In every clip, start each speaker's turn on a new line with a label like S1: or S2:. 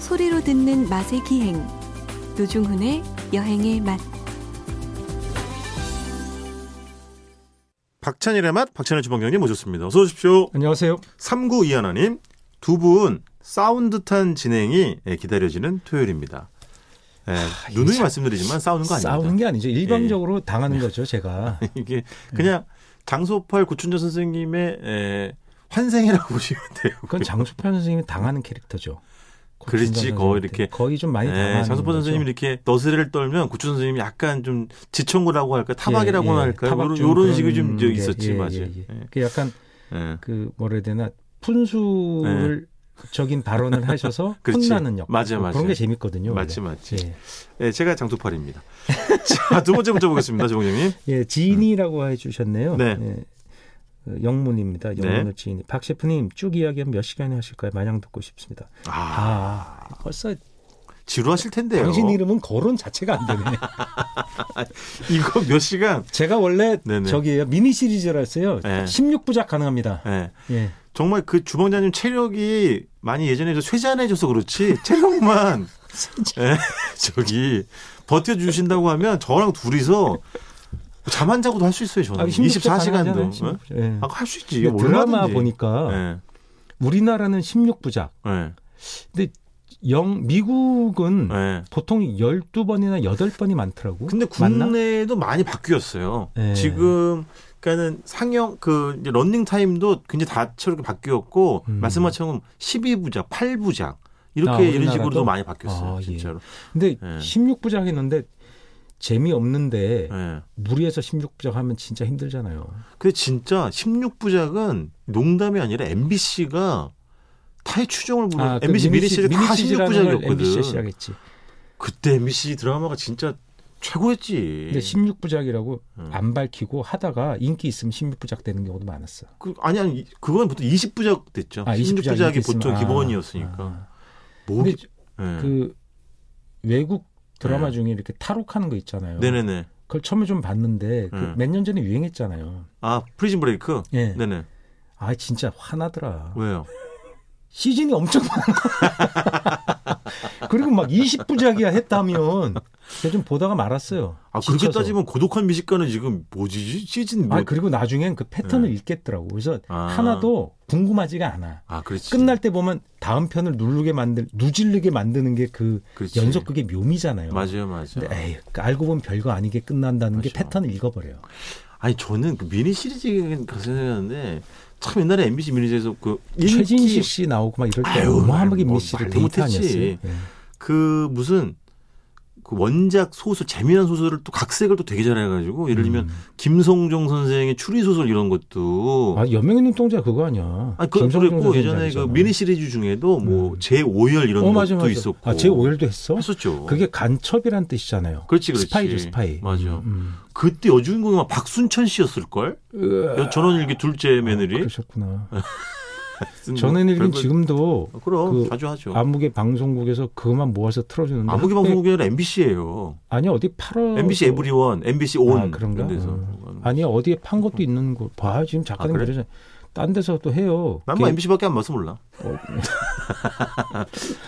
S1: 소리로 듣는 맛의 기행 노중훈의 여행의 맛
S2: 박찬일의 맛 박찬일 주방장님 모셨습니다. 어서 오십시오.
S3: 안녕하세요.
S2: 3구 이하나님 두 분 사운듯한 진행이 예, 기다려지는 토요일입니다. 예, 누누이
S3: 사-
S2: 말씀드리지만 싸우는 거 아닙니다. 예.
S3: 싸우는 게 아니죠. 일방적으로 당하는 거죠, 제가.
S2: 이게 그냥
S3: 네.
S2: 장소팔 고춘자 선생님의 에, 환생이라고 보시면 돼요.
S3: 그건 장수표 선생님이 당하는 캐릭터죠.
S2: 그렇지,
S3: 고춘자
S2: 거의
S3: 선생님한테.
S2: 이렇게-
S3: 거의 좀 많이 당하는.
S2: 예, 장소팔
S3: 거죠.
S2: 선생님이 이렇게 너스레를 떨면 고춘자 선생님이 약간 좀 지청구라고 할까 타박이라고
S3: 예, 예.
S2: 할까
S3: 타박
S2: 요런,
S3: 좀
S2: 요런
S3: 그런
S2: 식이 좀 이제
S3: 게,
S2: 있었지
S3: 예, 예,
S2: 맞아요.
S3: 예. 그 약간
S2: 예. 예.
S3: 그 뭐라 해야 되나 푼수를 적인 발언을 하셔서
S2: 그렇지.
S3: 혼나는 역.
S2: 맞아요,
S3: 뭐
S2: 맞아요.
S3: 그런 게 재밌거든요.
S2: 맞지
S3: 원래.
S2: 맞지.
S3: 예.
S2: 예, 제가 장소팔입니다. 자, 두 번째 문제 보겠습니다, 조공장님.
S3: 예, 지인이라고 해주셨네요.
S2: 네.
S3: 예. 그 영문입니다. 영문을
S2: 네.
S3: 지인이. 박 셰프님 쭉 이야기하면 몇 시간이 하실까요? 마냥 듣고 싶습니다.
S2: 아,
S3: 아, 벌써
S2: 지루하실 텐데요.
S3: 당신 이름은 거론 자체가 안 되네.
S2: 이거 몇 시간?
S3: 제가 원래
S2: 네네.
S3: 저기예요 미니 시리즈라서요.
S2: 네.
S3: 16부작 가능합니다.
S2: 예.
S3: 예.
S2: 정말 그 주방장님 체력이 많이 예전에 저 쇠잔해져서 그렇지 체력만 예, 저기 버텨주신다고 하면 저랑 둘이서 잠 안 자고도 할 수 있어요 저는
S3: 아, 16부작
S2: 24시간도
S3: 가능하잖아요, 16부작. 예.
S2: 할 수 있지
S3: 근데 드라마
S2: 얼마든지.
S3: 보니까
S2: 예,
S3: 우리나라는 16부작.
S2: 예,
S3: 근데 영 미국은
S2: 예.
S3: 보통 12번이나 8번이 많더라고.
S2: 근데
S3: 맞나?
S2: 국내도 많이 바뀌었어요
S3: 예.
S2: 지금 그러니까는 상영 그 이제 런닝 타임도 굉장히 다채롭게 바뀌었고
S3: 음.
S2: 말씀하신 것처럼 12부작 8부작 이렇게
S3: 아,
S2: 이런
S3: 우리나라도?
S2: 식으로도 많이 바뀌었어요
S3: 아, 예.
S2: 진짜로
S3: 근데
S2: 예.
S3: 16부작 했는데 재미없는데
S2: 예.
S3: 무리해서 16부작 하면 진짜 힘들잖아요.
S2: 근데 진짜 16부작은 농담이 아니라 MBC가 타의 추종을 부른
S3: 그
S2: MBC 미니 시리즈
S3: 미니
S2: 다
S3: 시리즈라는 걸 MBC
S2: 16부작이었거든.
S3: 시작했지.
S2: 그때 MBC 드라마가 진짜 최고였지.
S3: 근데 16부작이라고
S2: 예. 음.
S3: 안 밝히고 하다가 인기 있으면 16부작 되는 경우도 많았어.
S2: 그, 아니 아니 이- 그건 보통 20부작 됐죠.
S3: 아, 20 부작
S2: 16부작이
S3: 이렇게
S2: 보통
S3: 있으면- 아,
S2: 기본이었으니까.
S3: 아.
S2: 뭐
S3: 근데
S2: 예.
S3: 그 외국 드라마
S2: 네.
S3: 중에 이렇게 탈옥하는 거 있잖아요.
S2: 네네네.
S3: 그걸 처음에 좀 봤는데 그
S2: 네.
S3: 몇 년 전에 유행했잖아요.
S2: 아 프리즌 브레이크.
S3: 예.
S2: 네네.
S3: 아 진짜 화나더라.
S2: 왜요?
S3: 시즌이 엄청 많아. 그리고 막 20부작이야 했다면 제가 좀 보다가 말았어요.
S2: 아 그렇게
S3: 지쳐서.
S2: 따지면 고독한 미식가는 지금 뭐지 시즌 뭐?
S3: 아 그리고 나중엔 그 패턴을
S2: 네.
S3: 읽겠더라고. 그래서
S2: 아.
S3: 하나도 궁금하지가 않아.
S2: 아, 그렇지.
S3: 끝날 때 보면 다음 편을 누르게 만들 누질르게 만드는 게 그
S2: 그렇지.
S3: 연속 그게 묘미잖아요. 네.
S2: 맞아요, 맞아요.
S3: 근데 에이, 알고 보면 별거 아니게 끝난다는 게
S2: 그렇죠.
S3: 패턴을 읽어버려요.
S2: 아니 저는 그 미니 시리즈 가서 생각하는데 참 옛날에 MBC 미니에서 그 인기
S3: 최진식 씨 나오고 막 이럴 때
S2: 아유, 뭐
S3: 어마어마하게
S2: 말-
S3: 미씨를
S2: 말도
S3: 데이트
S2: 못했지.
S3: 아니었어요. 예.
S2: 그 무슨 그 원작 소설 재미난 소설을 또 각색을 또 되게 잘해가지고 예를 들면
S3: 음.
S2: 김성종 선생의 추리 소설 이런 것도
S3: 아 여명의 눈동자 그거 아니야.
S2: 뭐 아니 그
S3: 김성종
S2: 그랬고
S3: 선생님
S2: 예전에 그
S3: 자리잖아.
S2: 미니 시리즈 중에도 뭐 제5열 이런
S3: 어,
S2: 것도
S3: 맞아, 맞아.
S2: 있었고
S3: 아, 제 오열도 했어.
S2: 했었죠.
S3: 그게 간첩이란 뜻이잖아요.
S2: 그렇지 그렇지
S3: 스파이죠 스파이.
S2: 맞아.
S3: 음,
S2: 그때 여주인공이 막 박순천 씨였을 걸.
S3: 음.
S2: 전원일기 둘째 며느리.
S3: 아, 그러셨구나.
S2: 하여튼 뭐
S3: 저는 일은
S2: 아, 별거- 어,
S3: 지금도
S2: 그럼
S3: 그
S2: 자주 하죠.
S3: 아무개 네. 방송국에서 그것만 모아서 틀어주는데
S2: 아무개
S3: 한때-
S2: 방송국이 아니라 MBC예요.
S3: 아니 어디 팔아
S2: MBC 에브리원, MBC 온
S3: 음. 아, 그런가?
S2: 이런
S3: 음.
S2: 데서.
S3: 아니 어디에 판 것도 있는 거 봐. 지금 작가님
S2: 아, 그래?
S3: 그러잖아요. 딴 데서 또 해요.
S2: 난뭐
S3: 그-
S2: MBC밖에 안 봐서 몰라.
S3: 어,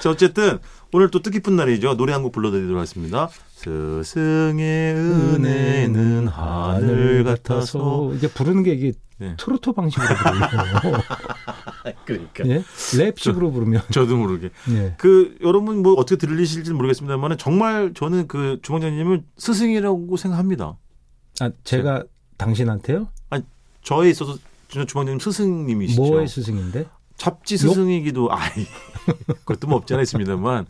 S2: 자 어쨌든 오늘 또 뜻깊은 날이죠. 노래 한 곡 불러드리도록 하겠습니다. 스승의 은혜는 하늘 같아서.
S3: 이제 부르는 게 이게
S2: 네.
S3: 트로트 방식으로 부르면
S2: 그러니까.
S3: 예? 랩식으로 부르면
S2: 저도 모르게.
S3: 예.
S2: 그 여러분 뭐 어떻게 들리실지 모르겠습니다만 정말 저는 그 주방장님은 스승이라고 생각합니다.
S3: 아 제가 당신한테요?
S2: 저에 있어서 진짜 주방장님 스승님이시죠.
S3: 뭐의 스승인데?
S2: 잡지 스승이기도 아이 그것도 뭐 없지 않아 있습니다만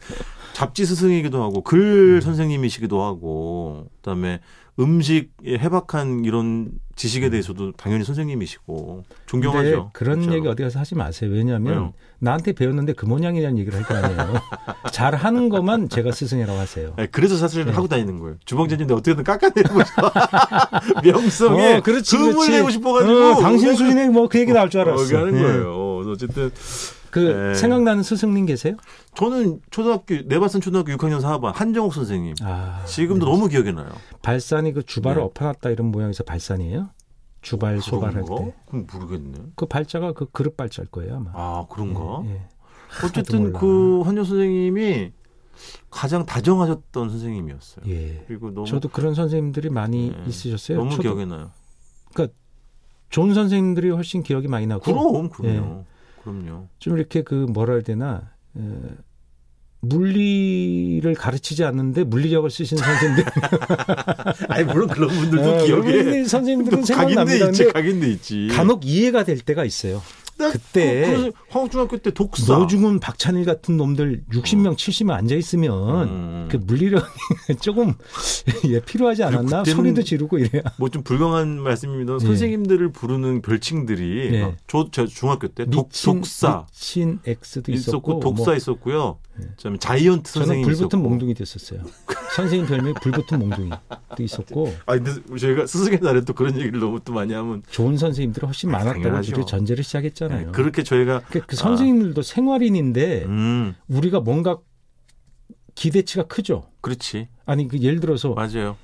S2: 잡지 스승이기도 하고
S3: 음.
S2: 글 선생님이시기도 하고 그다음에 음식 해박한 이런 지식에 대해서도 당연히 선생님이시고
S3: 음. 근데
S2: 존경하죠. 그렇죠.
S3: 그런
S2: 진짜로.
S3: 얘기 어디 가서 하지 마세요. 왜냐하면
S2: 왜요?
S3: 나한테 배웠는데 그 모양이라는 얘기를 할 거 아니에요. 잘 하는 것만 제가 스승이라고 하세요.
S2: 네, 그래서 사실은
S3: 네.
S2: 하고 다니는 거예요. 주방장님도 어떻게든 깎아내고자 명성에
S3: 어, 그렇지,
S2: 금을
S3: 그렇지.
S2: 내고 싶어가지고
S3: 어, 당신 수준에 뭐 그 얘기 나올 줄 알았어.
S2: 그렇게 하는
S3: 예.
S2: 거예요. 그래서 어쨌든
S3: 그
S2: 예.
S3: 생각나는 스승님 계세요?
S2: 저는 초등학교 내발산 초등학교 6학년 4반 한정욱 선생님
S3: 아,
S2: 지금도 너무 기억에 나요.
S3: 발산이 그 주발을
S2: 네. 아,
S3: 엎어놨다 이런 모양에서 발산이에요? 주발 소발할
S2: 그런가?
S3: 때.
S2: 그럼 모르겠네.
S3: 그 발자가 그 그릇 발자일 거예요 아마.
S2: 아 그런가?
S3: 예.
S2: 어쨌든
S3: 몰라.
S2: 그 한효 선생님이 가장 다정하셨던 선생님이었어요.
S3: 예.
S2: 그리고 너무
S3: 저도 그런 선생님들이 많이
S2: 예.
S3: 있으셨어요.
S2: 너무
S3: 저도
S2: 기억에 나요.
S3: 좋은 선생님들이 훨씬 기억이 많이 나고
S2: 그럼
S3: 네.
S2: 그럼요. 그럼요.
S3: 좀 이렇게 그 뭐라 해야 되나 에, 물리를 가르치지 않는데 물리력을 쓰신 선생님들
S2: 아니 물론 그런 분들도
S3: 예,
S2: 기억에
S3: 물리
S2: 각인돼 예.
S3: 선생님들은 생각납니다.
S2: 있지.
S3: 근데
S2: 각인돼 있지.
S3: 간혹 이해가 될 때가 있어요.
S2: 나
S3: 그때
S2: 그- 그 화곡중학교 때 독사. 어.
S3: 노중훈, 박찬일 같은 놈들 60명, 70명 앉아 있으면
S2: 음.
S3: 그 물리력이 조금 예, 필요하지 않았나?
S2: 그때는-
S3: 소리도 지르고 이래야.
S2: 뭐 좀 불경한 말씀입니다.
S3: 예.
S2: 선생님들을 부르는 별칭들이
S3: 예.
S2: 막 저, 저 중학교 때 독, 독사
S3: 미친 X도
S2: 있었고
S3: 있었고,
S2: 독사
S3: 뭐
S2: 있었고요.
S3: 예.
S2: 그다음에 자이언트
S3: 저는
S2: 선생님
S3: 불붙은
S2: 있었고.
S3: 몽둥이 됐었어요. 선생님 별명이 불붙은 몽둥이도 있었고
S2: 아 근데 저희가 스승의 날에 또 그런 얘기를 너무 또 많이 하면
S3: 좋은 선생님들이 훨씬 많았다고
S2: 아, 당연하죠. 네,
S3: 우리 전제를 시작했잖아요. 그,
S2: 그렇게 저희가
S3: 그 선생님들도 생활인인데
S2: 음
S3: 우리가 뭔가 기대치가 크죠.
S2: 그렇지
S3: 아니 그 예를 들어서
S2: 맞아요.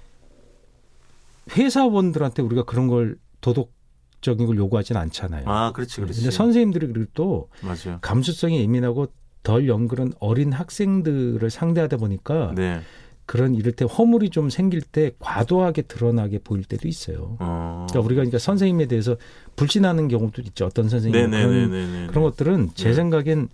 S3: 회사원들한테 우리가 그런 걸 도덕적인 걸 요구하진 않잖아요.
S2: 아 그렇지
S3: 네. 근데
S2: 그렇지
S3: 선생님들이 그리고 또
S2: 맞아요.
S3: 감수성이 예민하고 덜 연그런 어린 학생들을 상대하다 보니까
S2: 네.
S3: 그런 이를테 허물이 좀 생길 때 과도하게 드러나게 보일 때도 있어요.
S2: 어.
S3: 그러니까 우리가 그러니까 선생님에 대해서 불신하는 경우도 있죠. 어떤 선생님 그런,
S2: 네, 네네네네네.
S3: 그런 것들은 제
S2: 네.
S3: 생각엔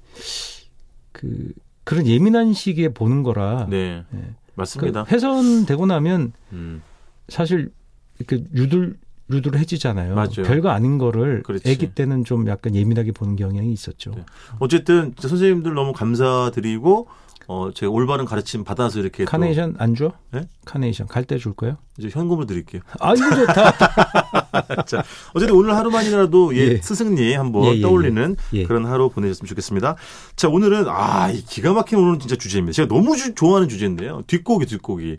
S3: 그 그런 예민한 시기에 보는 거라
S2: 네.
S3: 예.
S2: 맞습니다.
S3: 그 훼손되고 나면
S2: 음.
S3: 사실 이렇게 유들 유들해지잖아요.
S2: 맞아요.
S3: 별거 아닌 거를
S2: 그렇지.
S3: 아기 때는 좀 약간 예민하게 보는 경향이 있었죠.
S2: 네. 어쨌든 진짜 선생님들 너무 감사드리고 어 제가 올바른 가르침 받아서 이렇게 예, 또
S3: 카네이션 안 줘?
S2: 네?
S3: 카네이션 갈 때 줄 거예요?
S2: 이제 현금을 드릴게요.
S3: 아 이거 좋다.
S2: 자, 어쨌든 오늘 하루만이라도 예,
S3: 예.
S2: 스승님 한번
S3: 예, 예,
S2: 떠올리는
S3: 예.
S2: 그런 하루 보내셨으면 좋겠습니다. 자, 오늘은 아, 이 기가 막힌 오늘 진짜 주제입니다. 제가 너무 주- 좋아하는 주제인데요. 뒷고기, 뒷고기.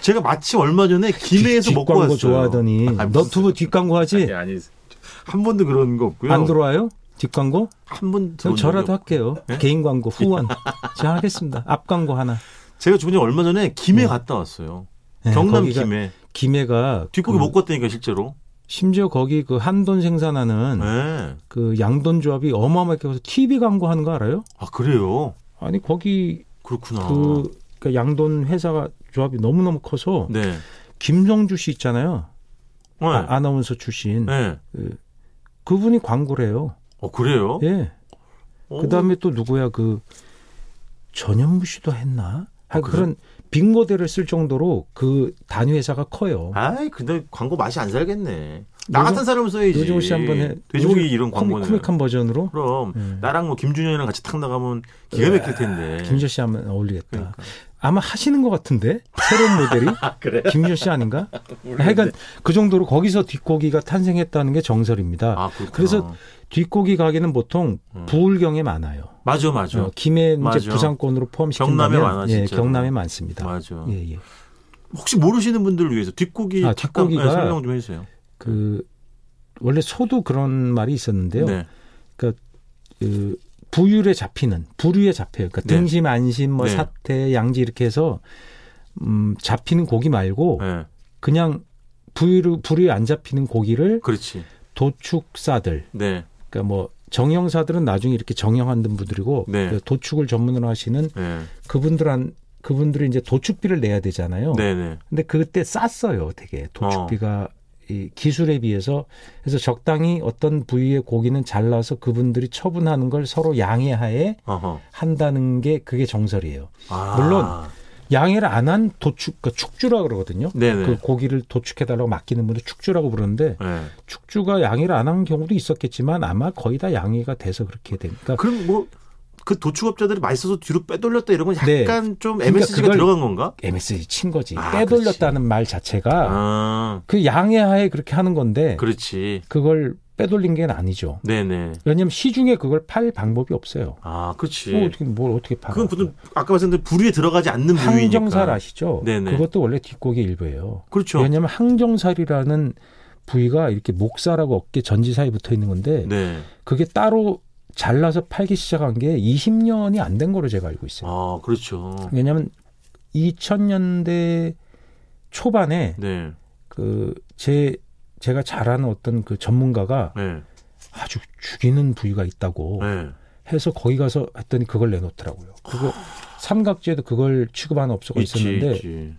S2: 제가 마침 얼마 전에 김해에서 먹고
S3: 뒷광고
S2: 왔어요.
S3: 좋아하더니
S2: 아니,
S3: 너튜브 뒷광고 하지?
S2: 아니, 아니, 한 번도 그런 거 없고요.
S3: 안 들어와요? 뒷광고?
S2: 한 번도
S3: 그럼 저라도 할게요.
S2: 예?
S3: 개인 광고 후원. 제가 하겠습니다. 앞 광고 하나.
S2: 제가 저번에 얼마 전에 김해 갔다 왔어요.
S3: 네,
S2: 경남
S3: 예. 거기가
S2: 김해.
S3: 김해가
S2: 뒷고기
S3: 그
S2: 먹고 왔다니까 실제로.
S3: 심지어 거기 그 한돈 생산하는
S2: 네.
S3: 그 양돈 조합이 어마어마하게 가서 TV 광고 하는 거 알아요?
S2: 아, 그래요.
S3: 아니 거기
S2: 그렇구나.
S3: 그, 그 양돈 회사가 조합이 너무너무 커서
S2: 어. 네. 네.
S3: 김성주 씨 있잖아요.
S2: 네.
S3: 아, 나운서 출신. 그, 그분이 광고래요.
S2: 어, 그래요?
S3: 예.
S2: 어,
S3: 그다음에 또 누구야 그 전현무 씨도 했나? 아,
S2: 그래요?
S3: 그런 빙고대를 쓸 정도로 그 단위 회사가 커요.
S2: 아이 근데 광고 맛이 안 살겠네. 나
S3: 요정-
S2: 같은 사람은 써야지.
S3: 노중훈 씨 한번 해.
S2: 돼지고기
S3: 노중-
S2: 예, 이런
S3: 코믹-
S2: 광고는.
S3: 코믹한 버전으로
S2: 그럼
S3: 네.
S2: 나랑 뭐 김준현이랑 같이 탁 나가면 기가 막힐 텐데.
S3: 예. 김조 씨 하면 어울리겠다.
S2: 네. 그러니까.
S3: 아마 하시는 것 같은데 새로운 모델이
S2: 아 그래.
S3: 김조 씨 아닌가?
S2: 모르겠는데.
S3: 하여간 그 정도로 거기서 뒷고기가 탄생했다는 게 정설입니다.
S2: 아 그렇구나.
S3: 그래서 뒷고기 가게는 보통
S2: 음.
S3: 부울경에 많아요.
S2: 맞아 맞아
S3: 어, 김해 이제
S2: 맞아.
S3: 부산권으로 포함시킨다면
S2: 경남에 많아,
S3: 예,
S2: 진짜로.
S3: 경남에 많습니다.
S2: 맞아.
S3: 예, 예.
S2: 혹시 모르시는 분들을 위해서 뒷고기
S3: 아,
S2: 잠깐 네,
S3: 뒷고기가-
S2: 설명 좀 해주세요.
S3: 그 원래 소도 그런 말이 있었는데요.
S2: 네.
S3: 그 부율에 잡히는 부류에 잡혀요. 그러니까
S2: 네.
S3: 등심, 안심, 뭐
S2: 네.
S3: 사태, 양지 이렇게 해서 음, 잡히는 고기 말고
S2: 네.
S3: 그냥 부류 부류에 안 잡히는 고기를
S2: 그렇지.
S3: 도축사들,
S2: 네.
S3: 그러니까 뭐 정형사들은 나중에 이렇게 정형하는 분들이고
S2: 네.
S3: 그 도축을 전문으로 하시는
S2: 네.
S3: 그분들한 그분들이 이제 도축비를 내야 되잖아요.
S2: 네. 네.
S3: 근데 그때 쌌어요, 되게 도축비가
S2: 어.
S3: 이 기술에 비해서 그래서 적당히 어떤 부위의 고기는 잘라서 그분들이 처분하는 걸 서로 양해하에
S2: 어허.
S3: 한다는 게 그게 정설이에요.
S2: 아.
S3: 물론. 양해를 안 한 도축, 그러니까 축주라 그러거든요.
S2: 네네.
S3: 그 고기를 도축해달라고 맡기는 분들 축주라고 부르는데
S2: 네.
S3: 축주가 양해를 안 한 경우도 있었겠지만 아마 거의 다 양해가 돼서 그렇게 그러니까 되니까
S2: 그럼 뭐 그 도축업자들이 맛있어서 뒤로 빼돌렸다 이런 건
S3: 네.
S2: 약간 좀
S3: 그러니까
S2: MSG가
S3: 그걸-
S2: 들어간 건가?
S3: MSG 친 거지
S2: 아,
S3: 빼돌렸다는 말 자체가
S2: 아,
S3: 그 양해하에 그렇게 하는 건데
S2: 그렇지.
S3: 그걸 빼돌린 게 아니죠.
S2: 네네.
S3: 왜냐하면 시중에 그걸 팔 방법이 없어요.
S2: 아, 그렇지.
S3: 뭐 어떻게 뭘 어떻게 팔아?
S2: 그건 무슨 아까 말씀드린 부류에 들어가지 않는 부위니까.
S3: 항정살 아시죠?
S2: 네네.
S3: 그것도 원래 뒷고기 일부예요.
S2: 그렇죠.
S3: 왜냐하면 항정살이라는 부위가 이렇게 목살하고 어깨 전지 사이 붙어 있는 건데
S2: 네.
S3: 그게 따로 잘라서 팔기 시작한 게 20년이 안 된 거로 제가 알고 있어요.
S2: 아, 그렇죠.
S3: 왜냐하면 2000년대 초반에
S2: 네.
S3: 그 제 제가 잘하는 어떤 그 전문가가
S2: 네.
S3: 아주 죽이는 부위가 있다고
S2: 네.
S3: 해서 거기 가서 했더니 그걸 내놓더라고요. 그거 삼각지에도 그걸 취급하는 업소가 있었는데
S2: 있지.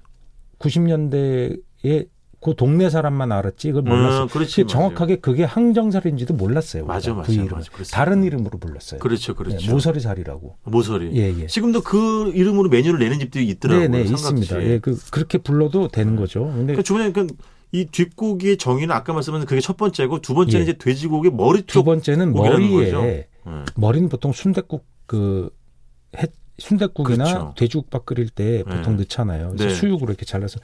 S3: 90년대에 그 동네 사람만 알았지 이걸 몰랐어요.
S2: 음, 그렇지. 맞아요.
S3: 그 정확하게 그게 항정살인지도 몰랐어요.
S2: 맞아,
S3: 우리가
S2: 맞아,
S3: 그 이름을.
S2: 맞아. 그랬어요.
S3: 다른 이름으로 불렀어요.
S2: 그렇죠, 그렇죠.
S3: 네, 모서리 살이라고.
S2: 서리
S3: 예, 예.
S2: 지금도 그 이름으로 메뉴를 내는 집들이 있더라고요.
S3: 네, 네,
S2: 삼각지에.
S3: 있습니다. 예, 그 그렇게 불러도 되는 거죠. 근데
S2: 그러니까 주변에 그이 뒷고기의 정의는 아까 말씀하신 그게 첫 번째고 두 번째는
S3: 예.
S2: 이제 돼지고기 머리
S3: 두
S2: 쪽.
S3: 번째는
S2: 고기라는
S3: 머리에
S2: 거죠. 예.
S3: 머리는 보통 순댓국 그 해, 순댓국이나
S2: 그렇죠.
S3: 돼지국밥 끓일 때 보통 넣잖아요. 그래서
S2: 네.
S3: 수육으로 이렇게 잘라서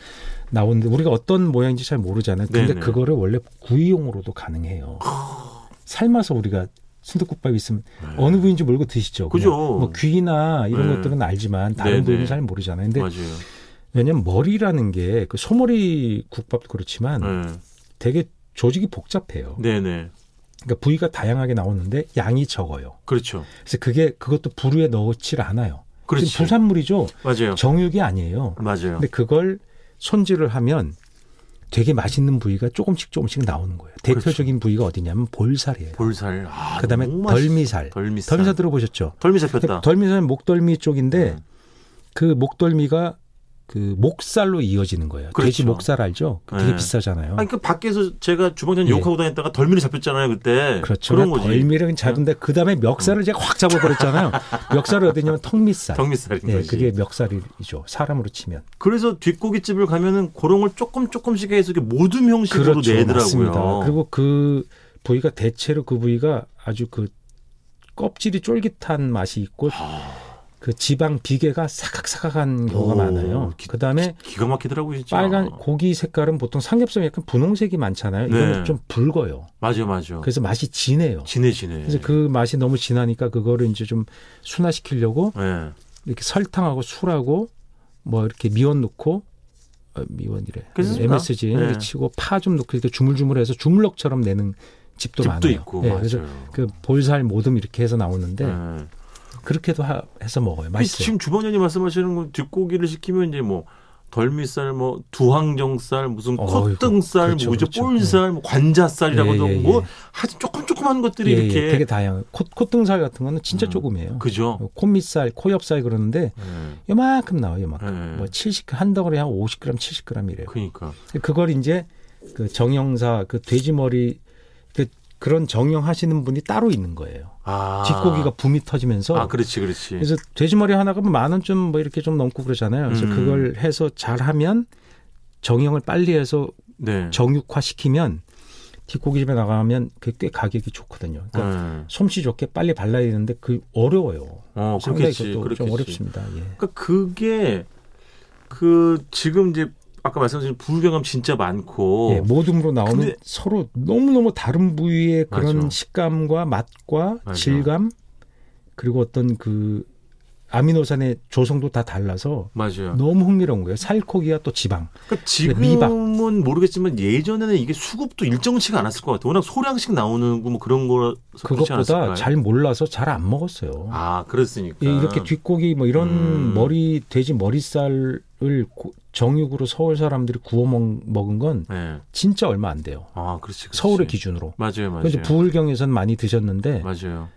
S3: 나오는데 우리가 어떤 모양인지 잘 모르잖아요. 근데
S2: 네네. 아.
S3: 그거를 원래 구이용으로도 가능해요. 삶아서 우리가 순댓국밥이 있으면 네. 어느 부위인지 모르고 드시죠. 그냥
S2: 네. 그죠.
S3: 뭐 귀나 이런
S2: 네.
S3: 것들은 알지만 다른
S2: 네네. 어.
S3: 부위는 잘 모르잖아요. 근데
S2: 맞아요.
S3: 왜냐면 머리라는 게 그 소머리 국밥도 그렇지만 되게 조직이 복잡해요.
S2: 네, 네,
S3: 그러니까 부위가 다양하게 나오는데 양이 적어요.
S2: 그렇죠.
S3: 그래서 그게 그것도 부루에 넣질 않아요.
S2: 그렇지.
S3: 지금 네. 부산물이죠.
S2: 맞아요.
S3: 정육이 아니에요.
S2: 맞아요.
S3: 근데 그걸 손질을 하면 되게 맛있는 부위가 조금씩 조금씩 나오는 거예요. 대표적인 부위가 어디냐면 볼살이에요.
S2: 볼살. 그렇죠. 아,
S3: 그다음에
S2: 너무 맛있-
S3: 덜미살.
S2: 덜미살.
S3: 덜미살 들어보셨죠?
S2: 덜미 잡혔다.
S3: 덜미살은 목덜미 쪽인데
S2: 음.
S3: 그 목덜미가 그 목살로 이어지는 거예요. 돼지
S2: 그렇죠.
S3: 목살 알죠? 그거 되게
S2: 네.
S3: 비싸잖아요.
S2: 아니 그 밖에서 제가 주방장
S3: 예.
S2: 욕하고 다녔다가 덜미를 잡혔잖아요 그때.
S3: 그렇죠.
S2: 런 거지. 네.
S3: 덜미를 잡은데 그 다음에 멱살을 제가 확 잡아버렸잖아요. 멱살을 어디냐면 턱밑살.
S2: 덜미살인
S3: 예,
S2: 거지.
S3: 그게 멱살이죠. 사람으로 치면.
S2: 그래서 뒷고깃집을 가면은 그런 걸 조금 조금씩 해서 이렇게 모듬 형식으로 내더라고요.
S3: 그렇죠. 맞습니다. 그리고 그 부위가 대체로 그 부위가 아주 그 껍질이 쫄깃한 맛이 있고 그 지방 비계가 사각사각한 경우가
S2: 아. 오,
S3: 많아요.
S2: 기-
S3: 그다음에
S2: 기가 막히더라고요 진짜.
S3: 빨간 고기 색깔은 보통 삼겹살이 약간 분홍색이 많잖아요. 이거는
S2: 네.
S3: 좀 붉어요.
S2: 맞아요, 맞아요.
S3: 그래서 맛이 진해요.
S2: 진해 진해.
S3: 그래서 그 맛이 너무 진하니까 그거를 이제 좀 순화시키려고
S2: 예.
S3: 이렇게 설탕하고 술하고 뭐 이렇게 미원 넣고 어, 미원이래
S2: 그렇습니까?
S3: MSG 이렇게
S2: 네.
S3: 치고 파 좀 넣고 이렇게 주물주물해서 주물럭처럼 내는 집도,
S2: 집도
S3: 많아요.
S2: 있고
S3: 예,
S2: 맞아요.
S3: 그래서 그 볼살 모듬 이렇게 해서 나오는데
S2: 예.
S3: 그렇게도 하- 해서 먹어요. 맛있어요.
S2: 지금 주방장님 말씀하시는 건 뒷고기를 시키면 이제 뭐 덜미살, 뭐 두항정살, 무슨
S3: 어이구,
S2: 콧등살,
S3: 그렇죠,
S2: 뭐죠,
S3: 그렇죠.
S2: 볼살, 뭐 관자살이라고
S3: 예,
S2: 도
S3: 예,
S2: 뭐
S3: 예.
S2: 하여튼 조금 조금한 것들이
S3: 예, 예,
S2: 이렇게
S3: 되게 다양해요. 콧, 콧등살 같은 거는 진짜
S2: 음,
S3: 조금이에요. 어.
S2: 그죠?
S3: 콧밑살, 코옆살 그러는데
S2: 예.
S3: 요만큼 나와요. 요만큼.
S2: 예.
S3: 뭐 70, 한 덩어리 한 50g, 70g이래요.
S2: 그러니까
S3: 그걸 이제 그 정형사 그 돼지머리 그 그런 정형 하시는 분이 따로 있는 거예요.
S2: 아
S3: 뒷고기가 붐이 터지면서
S2: 아 그렇지 그렇지
S3: 그래서 돼지머리 하나가 만 원쯤 뭐 이렇게 좀 넘고 그러잖아요. 그래서
S2: 음.
S3: 그걸 해서 잘하면 정형을 빨리 해서
S2: 네
S3: 정육화 시키면 뒷고기 집에 나가면 그게 꽤 가격이 좋거든요. 그러니까
S2: 예.
S3: 솜씨 좋게 빨리 발라야 되는데 그 어려워요.
S2: 어
S3: 상당히
S2: 그렇겠지
S3: 그것도
S2: 그렇겠지
S3: 좀 어렵습니다. 예.
S2: 그러니까 그게 그 지금 이제 아까 말씀하신 불경함 진짜 많고
S3: 예, 모둠으로 나오면
S2: 어. 근데-
S3: 서로 너무너무 다른 부위의 그런
S2: 맞아.
S3: 식감과 맛과
S2: 맞아.
S3: 질감 그리고 어떤 그 아미노산의 조성도 다 달라서
S2: 맞아요.
S3: 너무 흥미로운 거예요. 살코기와 또 지방.
S2: 그러니까
S3: 미박.
S2: 지금은 모르겠지만 예전에는 이게 수급도 일정치가 않았을 것 같아요. 워낙 소량씩 나오는 거 뭐 그런 거라서 그렇지
S3: 그것보다
S2: 않았을까요?
S3: 잘 몰라서 잘 안 먹었어요.
S2: 아 그렇으니까
S3: 예, 이렇게 뒷고기 뭐 이런
S2: 음.
S3: 머리 돼지 머리살을 고- 정육으로 서울 사람들이 구워 먹, 먹은 건
S2: 네.
S3: 진짜 얼마 안 돼요.
S2: 아 그렇지, 그렇지.
S3: 서울의 기준으로.
S2: 맞아요 맞아요
S3: 그래서 부울경에선 많이 드셨는데
S2: 맞아요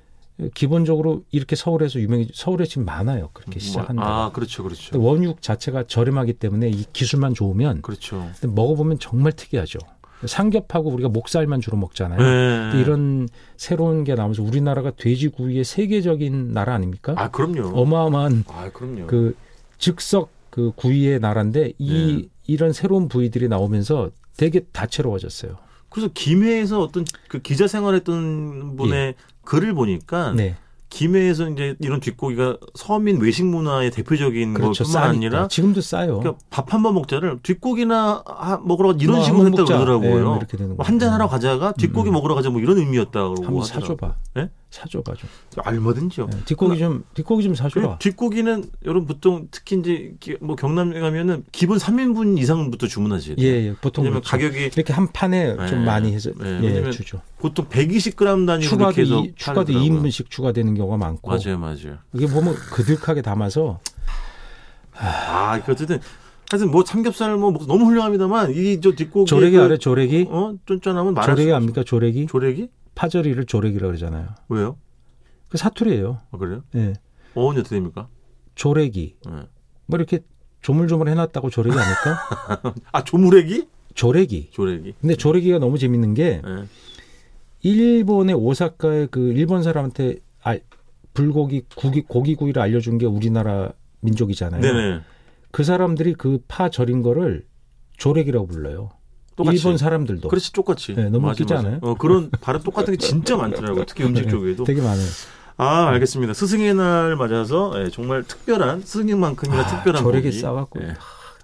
S3: 기본적으로 이렇게 서울에서 유명해 서울에 지금 많아요 그렇게 시작한다.
S2: 아 그렇죠 그렇죠
S3: 원육 자체가 저렴하기 때문에 이 기술만 좋으면
S2: 그렇죠
S3: 근데 먹어보면 정말 특이하죠. 삼겹하고 우리가 목살만 주로 먹잖아요. 근데
S2: 네.
S3: 이런 새로운 게 나오면서 우리나라가 돼지구이의 세계적인 나라 아닙니까?
S2: 아 그럼요
S3: 어마어마한
S2: 아 그럼요
S3: 그 즉석 그 구이의 나라인데
S2: 네.
S3: 이 이런 새로운 부위들이 나오면서 되게 다채로워졌어요.
S2: 그래서 김해에서 어떤 그 기자 생활했던 분의 글을 보니까
S3: 예. 네,
S2: 김해에서 이제 이런 뒷고기가 서민 외식 문화의 대표적인
S3: 음. 그렇죠.
S2: 뭐 것뿐만 아니라
S3: 싸니까 지금도 싸요.
S2: 그러니까 밥 한 번 먹자를 뒷고기나 하- 먹으러 가자 이런
S3: 뭐
S2: 식으로
S3: 한번
S2: 했다고
S3: 먹자. 예,
S2: 그러더라고요.
S3: 뭐 이렇게 되는
S2: 한 잔
S3: 거죠.
S2: 하러 가자가 뒷고기 먹으러 가자 뭐 이런 의미였다고
S3: 한번
S2: 하더라고요.
S3: 사줘봐.
S2: 예?
S3: 사줘봐 좀.
S2: 얼마든지요.
S3: 예, 뒷고기 좀 뒷고기 좀
S2: 그리고
S3: 사줘라.
S2: 뒷고기는 여러분 보통 특히 이제 기- 뭐 경남 가면은 기본 3인분 이상부터 주문하지.
S3: 예, 예, 보통
S2: 왜냐면
S3: 그렇죠.
S2: 가격이
S3: 이렇게 한 판에
S2: 예,
S3: 좀 많이 해서
S2: 예,
S3: 예,
S2: 왜냐면
S3: 주죠.
S2: 보통 120g 단위로
S3: 추가도
S2: 이렇게 해서
S3: 이, 추가도
S2: 팔더라고요.
S3: 2인분씩 추가되는 경우가 많고
S2: 맞아요, 맞아요.
S3: 이게 보면 그득하게 담아서
S2: 아, 그 어쨌든 하여튼 뭐 삼겹살 뭐 먹- 너무 훌륭합니다만 이 저 뒷고기
S3: 조래기
S2: 그-
S3: 알아요 조래기
S2: 어 쫀쫀하면 말할
S3: 조래기
S2: 수-
S3: 압니까 조래기
S2: 조래기
S3: 파절이를 조래기라고 그러잖아요.
S2: 왜요?
S3: 그 사투리예요.
S2: 아, 그래요?
S3: 예.
S2: 어원이 어떻게 됩니까?
S3: 조래기.
S2: 예.
S3: 뭐 이렇게 조물조물 해놨다고 조래기 아닐까?
S2: 아, 조무래기?
S3: 조래기.
S2: 조래기.
S3: 근데 조래기가 너무 재밌는 게
S2: 예.
S3: 일본의 오사카의 그 일본 사람한테 아, 불고기 구기 고기 구이를 알려준 게 우리나라 민족이잖아요.
S2: 네네.
S3: 그 사람들이 그 파 절인 거를 조래기라고 불러요.
S2: 똑같이.
S3: 일본 사람들도
S2: 그렇지, 똑같이.
S3: 네, 너무
S2: 맞아,
S3: 웃기지
S2: 맞아.
S3: 않아요?
S2: 어, 그런 발음 똑같은 게 진짜 많더라고요. 특히 음식
S3: 네,
S2: 쪽에도.
S3: 되게 많아요.
S2: 아, 알겠습니다. 스승의 날 맞아서 예, 정말 특별한 스승님만큼이나
S3: 아,
S2: 특별한
S3: 저래게
S2: 고기.
S3: 싸갖고
S2: 예,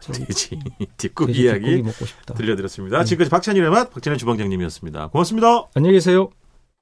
S3: 저기
S2: 돼지 뒷국
S3: 돼지 뒷고기
S2: 이야기
S3: 먹고 싶다.
S2: 들려드렸습니다. 지금까지 박찬일의 맛 박찬일 주방장님이었습니다. 고맙습니다.
S3: 안녕히 계세요.